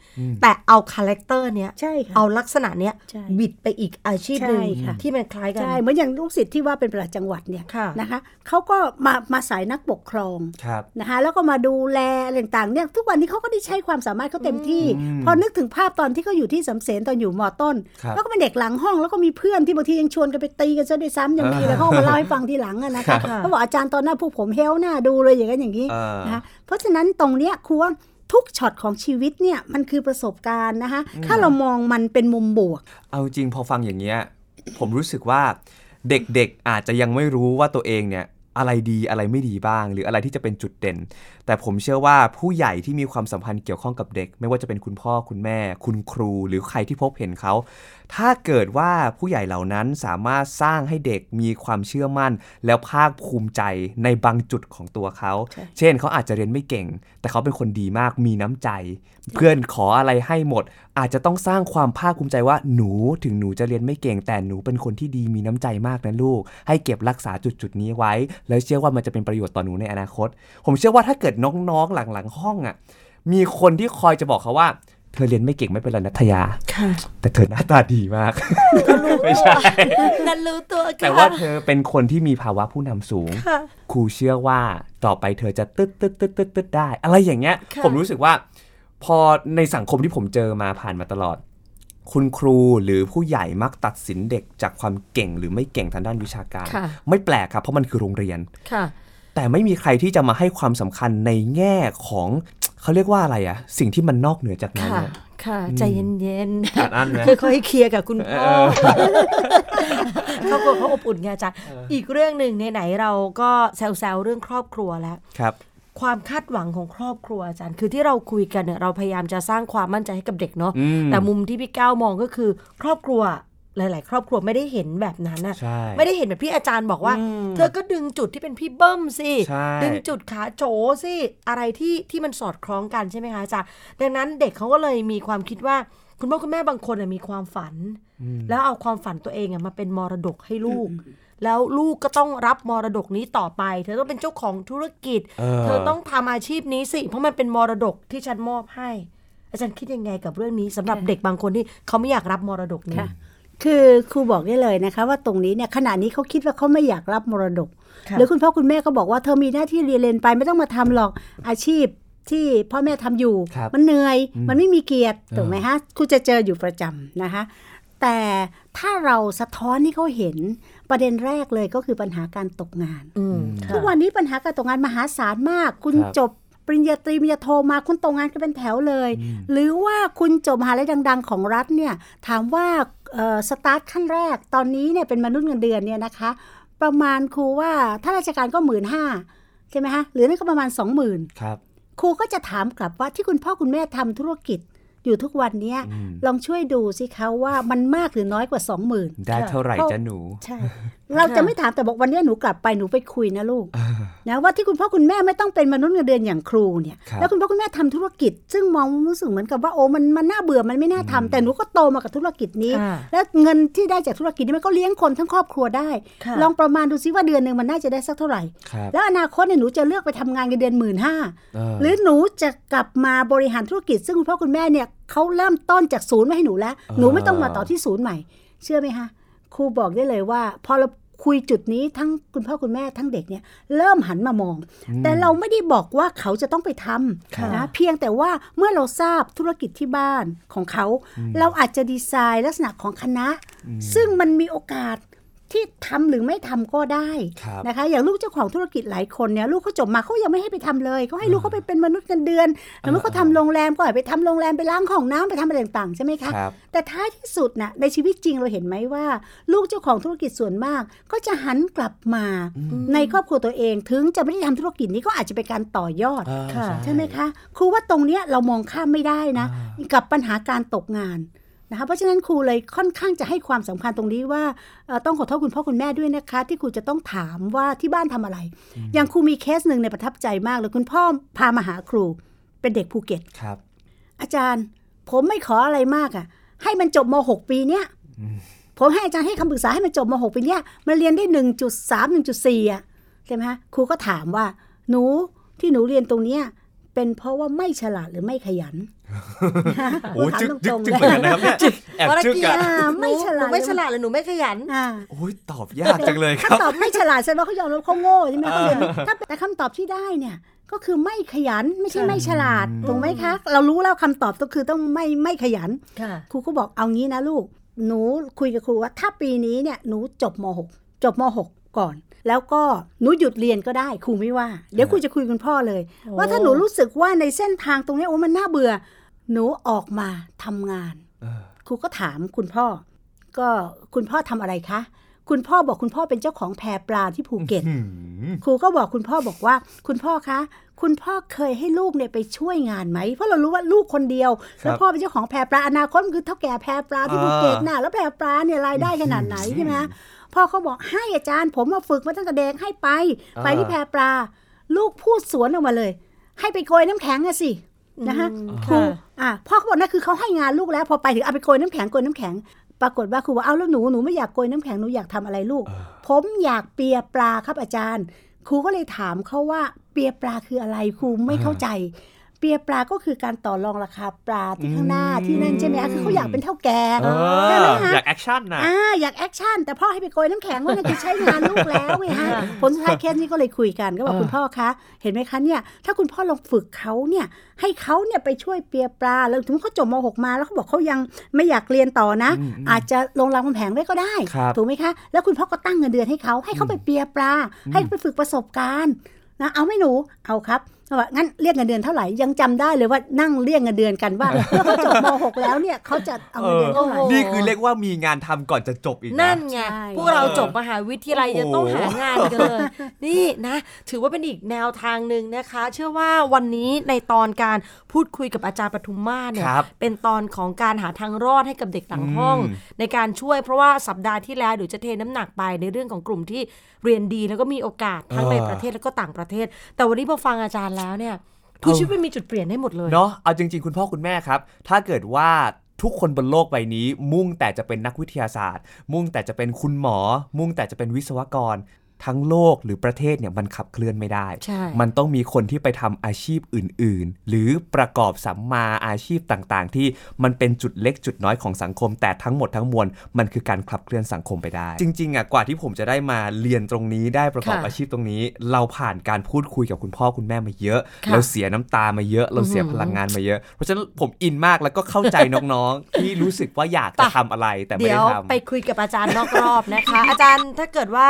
S2: แต่เอาคาแรคเตอร์เนี้ย
S4: ใช่ค่ะ
S2: เอาลักษณะเนี้ย
S4: ใช่
S2: บิดไปอีกอาชีพหนึ่ง
S4: ใช่ค่ะ
S2: ที่มันคล้ายกัน
S4: ใช่เหมือนอย่างลูกศิษย์ที่ว่าเป็นประหลัดจังหวัดเนี่ย
S2: ค่ะ
S4: นะคะเขาก็มามาสายนักปกครอง
S3: ครับ
S4: นะคะแล้วก็มาดูแลอะไรต่างๆเนี่ยทุกวันนี้เขาก็ได้ใช้ความสามารถเขาเต็มที่
S3: อืม
S4: พอนึกถึงภาพตอนที่เขาอยู่ที่สำเสนตอนอยู่มอต้น
S3: ครับ
S4: แล้วก็เป็นเด็กหลังห้องแล้วก็มีเพื่อนที่บางทียังชวนกันไปตีกันซะด้วยซ้ำยังมีแล้วเขาเอามาเล่าให้ฟังทีหลังอะนะคะ
S2: ค่ะ
S4: เขาบอกอาจารย์ตอนหน้าพวกผมเฮลหน้าดูเลยอย่างนั้นอย่างนี้
S3: เออ
S4: นะคะเพราะฉะนั้นตรงเนี้ยครูว่าทุกช็อตของชีวิตเนี่ยมันคือประสบการณ์นะคะถ้าเรามองมันเป็นมุมบวก
S3: เอาจริงพอฟังอย่างเงี้ย ผมรู้สึกว่าเด็กๆอาจจะยังไม่รู้ว่าตัวเองเนี่ยอะไรดีอะไรไม่ดีบ้าง หรืออะไรที่จะเป็นจุดเด่น แต่ผมเชื่อว่าผู้ใหญ่ที่มีความสัมพันธ์เกี่ยวข้องกับเด็ก ไม่ว่าจะเป็นคุณพ่อคุณแม่ คุณครูหรือใครที่พบเห็นเขา ถ้าเกิดว่าผู้ใหญ่เหล่านั้นสามารถสร้างให้เด็กมีความเชื่อมั่น แล้วภาคภูมิใจในบางจุดของตัวเขา เช่นเขาอาจจะเรียนไม่เก่ง แต่เขาเป็นคนดีมากมีน้ำใจ เพื่อนขออะไรให้หมด อาจจะต้องสร้างความภาคภูมิใจว่าหนูถึงหนูจะเรียนไม่เก่ง แต่หนูเป็นคนที่ดีมีน้ำใจมากนะลูก ให้เก็บรักษาจุดจุดๆนี้ไว้ แล้วเชื่อว่ามันจะเป็นประโยชน์ต่อหนูในอนาคต ผมเชื่อว่าถ้าเกิดน้องๆหลังๆห้องอ่ะมีคนที่คอยจะบอกเขาว่า เธอเรียนไม่เก่งไม่เป็นไรนัทยา
S2: ค่ะ
S3: แต่เธอหน้าตาดี มาก ไม่ใช่
S2: นั่นรู้ตัวค่ะ
S3: แต่ว่าเธอเป็นคนที่มีภาวะผู้นำสูง
S2: ค่ะ
S3: ครูเชื่อว่าต่อไปเธอจะตึ๊ดตึ๊ดตึ๊ดตึ๊ดตึ๊ดได้ อะไรอย่างเงี้ย
S2: ค่ะ
S3: ผมรู้สึกว่า พอในสังคมที่ผมเจอมาผ่านมาตลอด คุณครูหรือผู้ใหญ่มักตัดสินเด็กจากความเก่งหรือไม่เก่งทางด้านวิชาการ
S2: ค่ะ
S3: ไม่แปลกครับเพราะมันคือโรงเรียน
S2: ค่ะ
S3: แต่ไม่มีใครที่จะมาให้ความสำคัญในแง่ของ เขาเรียกว่าอะไรอะสิ่งที่มันนอกเหนือจากนั้น
S2: ค่ะ
S3: อะ
S2: ค่ะ ใจเย็น
S3: อ่านอั้นนะ
S2: ค่อยๆเคลียร์กับคุณพ่อครอบค รัวเขาอบอุ่นไงอาจารย์ อีกเรื่องหนึ่งไหนๆเราก็แซวๆเรื่องครอบครัวแล้ว
S3: ครับ
S2: ความคาดหวังของครอบครัวอาจารย์ คือที่เราคุยกันเนี่ยเราพยายามจะสร้างความมั่นใจให้กับเด็กเนาะ
S3: อืม
S2: แต่มุมที่พี่ก้าวมองก็คือ ครอบครัวหลาย ๆ ครอบครัวไม่ได้เห็นแบบนั้นน่ะ
S3: ใช่
S2: ไม่ได้เห็นแบบที่อาจารย์บอกว่า เธอก็ดึงจุดที่เป็นพี่เบิ้มสิ
S3: ใช่
S2: ดึงจุดขาโจสิอะไรที่ที่มันสอดคล้องกันใช่ไหมคะอาจารย์ดังนั้นเด็กเขาก็เลยมีความคิดว่า คุณพ่อคุณแม่บางคนน่ะมีความฝัน แล้วเอาความฝันตัวเองอะมาเป็นมรดกให้ลูก แล้วลูกก็ต้องรับมรดกนี้ต่อไป เธอต้องเป็นเจ้าของธุรกิจ
S3: เออ
S2: เธอต้องทำอาชีพนี้สิ เพราะมันเป็นมรดกที่ฉันมอบให้ อาจารย์คิดยังไงกับเรื่องนี้สำหรับเด็กบางคนที่เขาไม่อยากรับมรดกนี้
S4: ค่ะ คือครูบอกได้เลยนะคะ ว่าตรงนี้เนี่ยขณะนี้เขาคิดว่าเขาไม่อยากรับมรดก
S2: ค่ะ
S4: หรือคุณพ่อคุณแม่ก็บอกว่าเธอมีหน้าที่เรียนเรียนไปไม่ต้องมาทำหรอกอาชีพที่พ่อแม่ทำอยู่
S3: ครับ
S4: มันเหนื่อย มันไม่มีเกียรติถูกไหมฮะคุณจะเจออยู่ประจำนะคะ แต่ถ้าเราสะท้อนให้เขาเห็นประเด็นแรกเลยก็คือปัญหาการตกงาน
S2: อืมค่ะ
S4: ทุกวันนี้ปัญหาการตกงานมหาศาลมาก คุณ
S3: ครับ
S4: จบปริญญาตรีปริญญาโทมาคุณตกงานกันเป็นแถวเลย หรือว่าคุณจบมหาลัยดัง ๆ ของรัฐเนี่ยถามว่าเอ่อสตาร์ทขั้นแรกตอนนี้เนี่ยเป็นมนุษย์เงินเดือนเนี่ยนะคะ ประมาณครูว่าถ้าราชการก็หมื่นห้า ใช่ไหมฮะเหลือนั่นก็ประมาณ 20,000
S3: ครับ
S4: ครูก็จะถามกลับว่าที่คุณพ่อคุณแม่ทำธุรกิจอยู่ทุกวันเนี้ย
S3: อืม
S4: ลองช่วยดูสิคะว่ามันมากหรือน้อยกว่า 20,000
S3: ได้เท่าไหร่จ้ะหนู
S4: ใช่ เราจะไม่ถามแต่บอกวันเนี้ยหนูกลับไปหนูไปคุยนะลูกนะว่าที่คุณพ่อคุณแม่ไม่ต้องเป็นมนุษย์เงินเดือนอย่างครูเนี่ย
S3: ครับ
S4: แล้วคุณพ่อคุณแม่ทำธุรกิจ ซึ่งมองรู้สึกเหมือนกับว่าโอ้มันมันน่าเบื่อมันไม่น่าทำแต่หนูก็โตมากับธุรกิจนี้
S2: อ่า
S4: แล้วเงินที่ได้จากธุรกิจนี้มันก็เลี้ยงคนทั้งครอบครัวได้
S2: ค่ะ
S4: ลองประมาณดูซิว่าเดือนหนึ่งมันน่าจะได้สักเท่าไหร่
S3: ครับ
S4: แล้วอนาคตเนี่ยหนูจะเลือกไปทำงานเงินเดือนหมื่นห้า
S3: เออ
S4: หรือหนูจะกลับมาบริหารธุรกิจ ซึ่งคุณพ่อคุณแม่เนี่ยเขาเริ่มต้นจากศูนย์มาให้หนูแล้ว หนูไม่ต้องมาต่อที่ศูนย์ใหม่ เชื่อไหมคะครูบอกได้เลยว่าพอเราคุยจุดนี้ทั้งคุณพ่อคุณแม่ทั้งเด็กเนี่ยเริ่มหันมามอง แต่เราไม่ได้บอกว่าเขาจะต้องไปท
S2: ค่ะ
S4: ำนะเพียงแต่ว่าเมื่อเราทราบธุรกิจที่บ้านของเขา เราอาจจะดีไซน์ลักษณะของคณะ ซึ่งมันมีโอกาสที่ทำหรือไม่ทำก็ได้
S3: ครับ
S4: นะคะอย่างลูกเจ้าของธุรกิจหลายคนเนี่ยลูกเขาจบมาเขายังไม่ให้ไปทำเลยเขาให้ลูกเขาไปเป็นมนุษย์เงินเดือนหรือว่าเขาทำโรงแรมก็ให้ไปทำโรงแรมไปล้างของน้ำไปทำอะไรต่างๆใช่ไหมคะ
S3: ครับ
S4: แต่ท้ายที่สุดน่ะในชีวิตจริงเราเห็นไหมว่า ลูกเจ้าของธุรกิจส่วนมาก ก็จะหันกลับมาในครอบครัวตัวเอง ถึงจะไม่ได้ทำธุรกิจนี้ก็อาจจะเป็นการต่อยอด
S3: เออ
S2: ค่ะ
S4: ใช่ไหมคะครูว่าตรงเนี้ยเรามองข้ามไม่ได้นะ กับปัญหาการตกงานนะคะเพราะฉะนั้นครูเลยค่อนข้างจะให้ความสำคัญตรงนี้ว่าเอ่อต้องขอโทษคุณพ่อคุณแม่ด้วยนะคะ ที่ครูจะต้องถามว่าที่บ้านทำอะไร อย่างครูมีเคสหนึ่งในยประทับใจมากเลยคุณพ่อพามาหาครูเป็นเด็กภูเก็ต
S3: ครับ
S4: อาจารย์ ผมไม่ขออะไรมากอะ่ะ ให้มันจบม .6 ปีเนี้ยผมให้อาจารย์ให้คำปรึกษาให้มันจบม .6 ปีเนี้ยมันเรียนได้ 1.3 1.4 อ่ะใช่ไหมฮะครูก็ถามว่า หนูที่หนูเรียนตรงเนี้ยเป็นเพราะว่าไม่ฉลาดหรือไม่ขยัน
S3: โอ้ย จึ๊กจึ๊กจึ๊กเห
S4: เล
S3: มือน
S4: ย
S3: กันนะครับเนี่ยแอบจึ๊ก
S2: ว
S3: อ่ะ
S2: รกี
S4: ไม่ฉลาด
S2: หนูไม่ฉลาดเลยหนูไม่ขยัน
S4: อ่า
S3: โอ้ยตอบยากจังเลยค
S4: ถ้า
S3: รับ
S4: ตอบไม่ฉลาดแสดงว่าเขายอมรับเขาโง่ใช่ไหม
S3: อ่า
S4: เขาเรียนไม่ถ้าแต่คำตอบที่ได้เนี่ยก็คือไม่ขยันไม่ใช่ไม่ฉลาดถูกไหมคะ เรารู้แล้วคำตอบก็คือต้องไม่ไม่ขยัน
S2: ค่ะ
S4: ครูก็บอกเอางี้นะลูก หนูคุยกับครูว่าถ้าปีนี้เนี่ยหนูจบม .6 จบม .6 ก่อน แล้วก็หนูหยุดเรียนก็ได้ครูไม่ว่า เดี๋ยวครูจะคุยกับคุณพ่อเลย
S2: โอ้
S4: ว่าถ้าหนูรู้สึกว่าในเส้นทางตรงเนี้ยโอ้มันน่าเบื่อ หนูออกมาทำงาน ครูก็ถามคุณพ่อ ก็คุณพ่อทำอะไรคะ คุณพ่อบอกคุณพ่อเป็นเจ้าของแพปลาที่ภูเก็ต ครูก็บอกคุณพ่อบอกว่า คุณพ่อคะ คุณพ่อเคยให้ลูกเนี่ยไปช่วยงานไหม เพราะเรารู้ว่าลูกคนเดียว
S3: ครับ
S4: แล้วพ่อเป็นเจ้าของแพรปลาอนาคตมันคือเท่าแก่แพรปลาที่
S3: อ่า
S4: ภูเก็ตน่ะแล้วแพรปลาเนี่ยรายได้ขนาดไหนใช่ไหมคะพ่อเขาบอกให้อาจารย์ ผมมาฝึกมาตั้งแต่เด็กให้ไป ไปที่แพรปลา ลูกพูดสวนออกมาเลย ให้ไปโกยน้ำแข็งอะสินะคะครู
S2: ค่ะ
S4: อ่ะพ่อเขาบอกนั่นคือเขาให้งานลูกแล้ว พอไปถึงเอาไปโกยน้ำแข็งโกยน้ำแข็ง ปรากฏว่าครูว่าเอาแล้วหนูหนูไม่อยากโกยน้ำแข็งหนูอยากทำอะไรลูก ผมอยากเปียปลาครับอาจารย์ ครูก็เลยถามเขาว่าเปียปลาคืออะไรครูไม่เข้าใจ เปียปลาก็คือการต่อรองราคาปลาที่ข้างหน้า
S3: อืม
S4: ที่นั่นใช่ไหมคะคือเขาอยากเป็นเท่าแก่
S3: เอ
S4: ใช่
S3: อ
S4: ไหม
S3: อ
S4: คะ
S3: ยากแอคชั่นนะ
S4: อ่าอยากแอคชั่นแต่พ่อให้ไปโกยน้ำแข็งว่านั่นคือใช้งานลูกแล้วไงฮะผลสุดท้ายเคสนี้ก็เลยคุยกันก็บอก
S3: อ่า
S4: คุณพ่อคะเห็นไหมคะเนี่ยถ้าคุณพ่อลองฝึกเขาเนี่ยให้เขาเนี่ยไปช่วยเปียปลาแล้วถึงเขาจบม .6 มาแล้วเขาบอกเขายังไม่อยากเรียนต่อนะ อาจจะลงรางคำแผงไว้ก็ได้
S3: ครับ
S4: ถูกไหมคะ แล้วคุณพ่อก็ตั้งเงินเดือนให้เขาให้เขาไปเปียปลา ให้เขาไปฝึกประสบการณ์นะเอาไหม่หนูเอาครับเอาว่างั้นเรียกเงินเดือนเท่าไหร่ยังจำได้เลยว่านั่งเรียกเงินเดือนกันว่า เมื่อเขาจบม .6 แล้วเนี่ยเขาจะเอาเงินเดือนเท่าไหร่
S2: โอ้โห
S3: นี่คือเรียกว่ามีงานทำก่อนจะจบอีกนะ
S2: นั่นไง
S4: ใช่
S2: พวกเราจบมหาวิทยาลัย
S3: โอ้
S2: จะ
S3: โห
S2: ต้องหางานกันเลย นี่นะ ถือว่าเป็นอีกแนวทางหนึ่งนะคะ เชื่อว่าวันนี้ในตอนการพูดคุยกับอาจารย์ปทุมมาศเนี่ย
S3: ครับ
S2: เป็นตอนของการหาทางรอดให้กับเด็กต่างห้อง ในการช่วยเพราะว่าสัปดาห์ที่แล้วเดี๋ยวจะเทน้ำหนักไปในเรื่องของกลุ่มที่เรียนดีแล้วก็มีโอกาสทั้ง
S3: เออ
S2: ในประเทศแล้วก็ต่างประเทศ แต่วันนี้พอฟังอาจารย์แล้วเนี่ยคือชีวิตมันมีจุดเปลี่ยนได้หมดเลย
S3: เนาะเอาจริงๆ คุณพ่อคุณแม่ครับ ถ้าเกิดว่าทุกคนบนโลกใบนี้ มุ่งแต่จะเป็นนักวิทยาศาสตร์ มุ่งแต่จะเป็นคุณหมอ มุ่งแต่จะเป็นวิศวกร ทั้งโลกหรือประเทศเนี่ยมันขับเคลื่อนไม่ได้
S2: ใช่
S3: มันต้องมีคนที่ไปทำอาชีพอื่น ๆ หรือประกอบสัมมาอาชีพต่างๆ ที่มันเป็นจุดเล็กจุดน้อยของสังคม แต่ทั้งหมดทั้งมวลมันคือการขับเคลื่อนสังคมไปได้ จริงๆอ่ะกว่าที่ผมจะได้มาเรียนตรงนี้ได้ประกอบ
S2: ค่ะ
S3: อาชีพตรงนี้ เราผ่านการพูดคุยกับคุณพ่อคุณแม่มาเยอะ
S2: ค่ะ
S3: เราเสียน้ำตามาเยอะ เราเสียพลังงานมาเยอะ เพราะฉะนั้นผมอินมากแล้วก็เข้าใจน้อง ๆ ที่รู้สึกว่าอยากจะ
S2: ไป
S3: ทำอะไรแต่ไม่
S2: เดี๋ย
S3: ได้
S2: ว
S3: ทำ
S2: ไปคุยกับอาจารย์น อกรอบนะคะ อาจารย์ถ้าเกิดว่า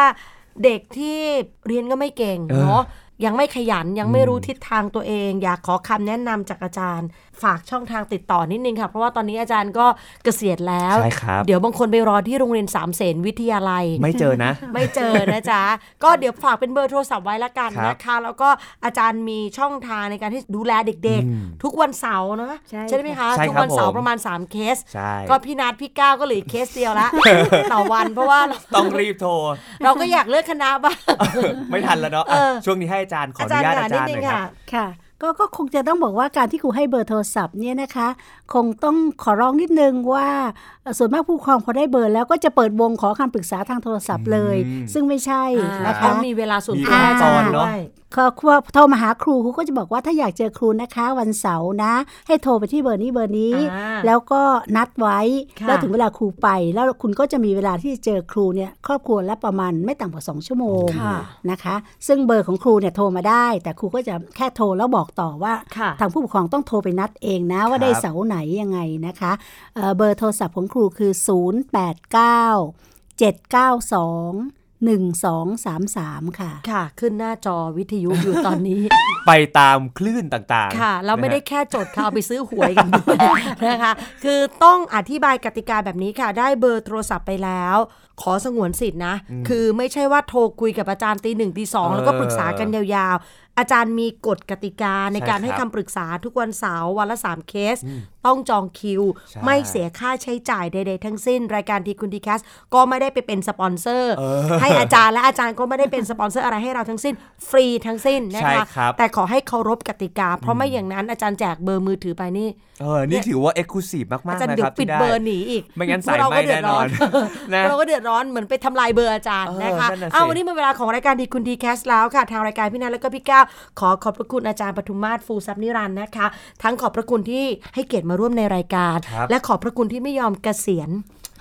S2: เด็กที่เรียนก็ไม่เก่ง
S3: เออ
S2: เนาะ ยังไม่ขยันยังไม่รู้ทิศทางตัวเอง อยากขอคำแนะนำจากอาจารย์ ฝากช่องทางติดต่อนิดนึงค่ะ เพราะว่าตอนนี้อาจารย์ก็เกษียณแล้ว
S3: ใช่ครับ
S2: เดี๋ยวบางคนไปรอที่โรงเรียนสามเสนวิทยาลัย
S3: ไม่เจอนะ
S2: ไม่เจอนะจ๊ะ ก็เดี๋ยวฝากเป็นเบอร์โทรศัพท์ไว้ละกันนะคะ แล้วก็อาจารย์มีช่องทางในการที่ดูแลเด็ก
S3: อืม
S2: ๆ ทุกวันเสาร์เนอะ
S4: ใช่
S2: ไหมคะ
S3: ใช่ครับ
S2: ทุกวันเสา
S3: ผ
S2: ร์
S3: ม
S2: ประมาณ 3 เคส
S3: ใช่
S2: ก็พี่นัดพี่ก้าวก็เหลืออีกเคสเดียว ละ ต่อวันเพราะว่าเรา
S3: ต้องรีบโทร
S2: เราก็อยากเลือกคณะบ้าง
S3: ไม่ทันแล้วเนาะอ่ะ
S2: เออ
S3: ช่วงนี้ให้อาจารย์ขอ
S2: อา
S3: อ
S2: จาร
S3: นุ
S2: ย์
S3: ญาต
S2: ค่ะนิดนึ
S3: อาจารย์หน่
S2: ง
S3: อยค
S2: ค่ะ
S3: รับ
S4: ค่ะก็ก็คงจะต้องบอกว่าการที่ครูให้เบอร์โทรศัพท์เนี่ยนะคะ คงต้องขอร้องนิดนึงว่าเอ่อส่วนมากผู้ปกครองพอได้เบอร์แล้วก็จะเปิดวงขอคำปรึกษาทางโทรศัพท์เลย
S3: อืม
S4: ซึ่งไม่ใช่นะ
S2: ต้อ
S4: คะ
S2: งมีเวลาส่วน
S3: มี
S2: ตัว
S3: ขั้น
S2: ให้
S3: ตอน
S2: ด้
S3: เนาะ
S2: วย
S4: เขาโทรมาหาครูครูก็จะบอกว่าถ้าอยากเจอครูนะคะวันเสาร์นะ ให้โทรไปที่เบอร์นี้เบอร์นี้
S2: อ่า
S4: แล้วก็นัดไว้
S2: ค่ะ
S4: แล้วถึงเวลาครูไป แล้วคุณก็จะมีเวลาที่จะเจอครูเนี่ยครอบครัวละประมาณไม่ต่ำกว่า 2 ชั่วโมง
S2: ค่ะ
S4: นะคะ ซึ่งเบอร์ของครูเนี่ยโทรมาได้ แต่ครูก็จะแค่โทรแล้วบอกต่อว่า
S2: ค่ะ
S4: ทางผู้ปกครองต้องโทรไปนัดเองนะว่า
S3: ค
S4: ได้
S3: รับ
S4: เสาร์ไหนยังไงนะคะเอ่อเบอร์โทรศัพท์ของครูคือ 089 792 1233 ค่ะ
S2: ค่ะ ขึ้นหน้าจอวิทยุอยู่ตอนนี้
S3: ไปตามคลื่นต่างๆ
S2: ค่ะเราไม่ได้
S3: นะฮะ
S2: แค่จดค่ะเอาไปซื้อหวยกันด้วย นะคะ คือต้องอธิบายกติกาแบบนี้ค่ะ ได้เบอร์โทรศัพท์ไปแล้ว ขอสงวนสิทธินะ คือไม่ใช่ว่าโทรคุยกับอาจารย์ตีหนึ่งตีสอง
S3: เออ
S2: แล้วก็ปรึกษากันยาวๆ อาจารย์มีกฎกติกาในการ
S3: ใช่ครับ
S2: ให้คำปรึกษาทุกวันเสาร์วันละ 3 เคส ต้องจองคิว
S3: ใช่
S2: ไม่เสียค่าใช้จ่ายใดๆทั้งสิ้น รายการทีคุณดีแคสก็ไม่ได้ไปเป็นสปอนเซอร์ ให้อาจารย์และอาจารย์ก็ไม่ได้เป็นสปอนเซอร์อะไรให้เราทั้งสิ้น ฟรีทั้งสิ้นนะ
S3: ใช่
S2: คะ
S3: ครับ
S2: แต่ขอให้เคารพกติกา เพราะไม่อย่างนั้นอาจารย์แจกเบอร์มือถือไปนี่
S3: เออนี่ถือว่าเอ็กซ์คลูซีฟมาก
S2: อา
S3: ๆ
S2: จารย์
S3: นะ
S2: เดี๋ย
S3: ครั
S2: ว
S3: บ
S2: ปิด
S3: ที่ด้
S2: เบอร์หนีอีก
S3: ไม่งั้น
S2: พวกเรา
S3: สายไหม้
S2: ก็เดือดร้อน
S3: แน่
S2: พวก
S3: นอนนะ
S2: เราก็เดือดร้อนเหมือนไปทำลายเบอร์อาจารย์
S3: เออ
S2: นะคะ
S3: นั่นน่ะสิ
S2: เอาวันนี้หมดเวลาของรายการดีคุณดีแคสแล้วค่ะ ทางรายการพี่นัทแล้วก็พี่ก้าวขอขอบพระคุณอาจารย์ปทุมมาศฟูทรัพย์นิรันดร์นะคะ ทั้งขอบพระคุณที่ให้เกียรติมาร่วมในรายการ และขอบพระคุณที่ไม่ยอมเกษียณ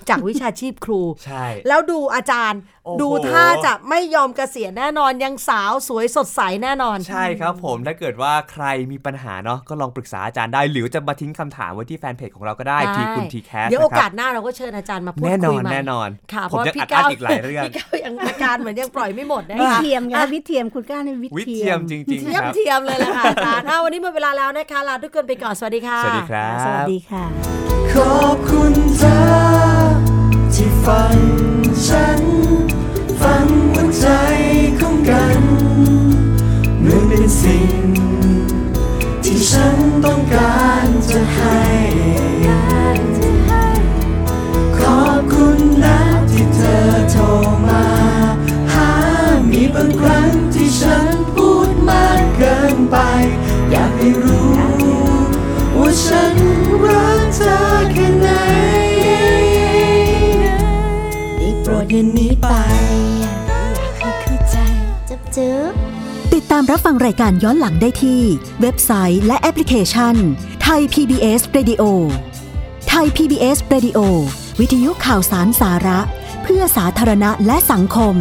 S2: จากวิชาชีพครู
S3: ใช่
S2: แล้วดูอาจารย์
S3: โอ้โห
S2: ดูท่าจะไม่ยอมเกษียณแน่นอนยังสาวสวยสดใสแน่นอน
S3: ใช่ครับผมถ้าเกิดว่าใครมีปัญหาเนาะก็ลองปรึกษาอาจารย์ได้ หรือจะมาทิ้งคำถามไว้ที่แฟนเพจของเราก็ได้ทีคุณทีแคส
S2: เดี๋ยวโอกาสหน้าเราก็เชิญอาจารย์มาพูด
S3: แน่น
S2: คุ
S3: อย น
S2: ใหม่
S3: แน่นอน
S2: ค่ะเพ
S3: ผม
S2: ราะ
S3: จะ
S2: พี่
S3: อัดอั
S2: ก้า
S3: ด
S2: ว
S3: อีกหลายเรื่อง
S2: พี่ก้าวยังอาการเหมือนยังปล่อยไม่หมดนะ
S4: วิ
S2: คะ
S4: เทียมไงวิเทียมคุณกล้าในวิ
S3: วิ
S4: เที
S3: เที
S4: ย
S3: ย
S4: ม
S3: มจริง
S2: เทียม
S3: ๆครับ
S2: เทียมเลยละค่ะอาจารย์ อ้าววันนี้หมดเวลาแล้วนะคะลาทุกคนไปก่อนสวัสดีค่ะ
S3: สวัสดีครับ
S4: สวัสดีค่ะ
S1: ขอบคุณเธอ ที่ฟังฉัน ฟังหัวใจของกันเหมือนเป็นสิ่ง ที่ฉันต้องการจะให้ ขอบคุณนะที่เธอโทรมา หา มีบางครั้งที่ฉันพูดมากเกินไป อยากให้รู้ ว่าฉันรักเธอแค่ไหนได้โปรดอย่าหนี้ไป
S5: ให้เข้าใจจับจืบ
S6: ติดตามรับฟังรายการย้อนหลังได้ที่ เว็บไซต์และแอปพลิเคชันไทย PBS Radio ไทย PBS Radio วิทยุข่าวสารสาระ เพื่อสาธารณะและสังคม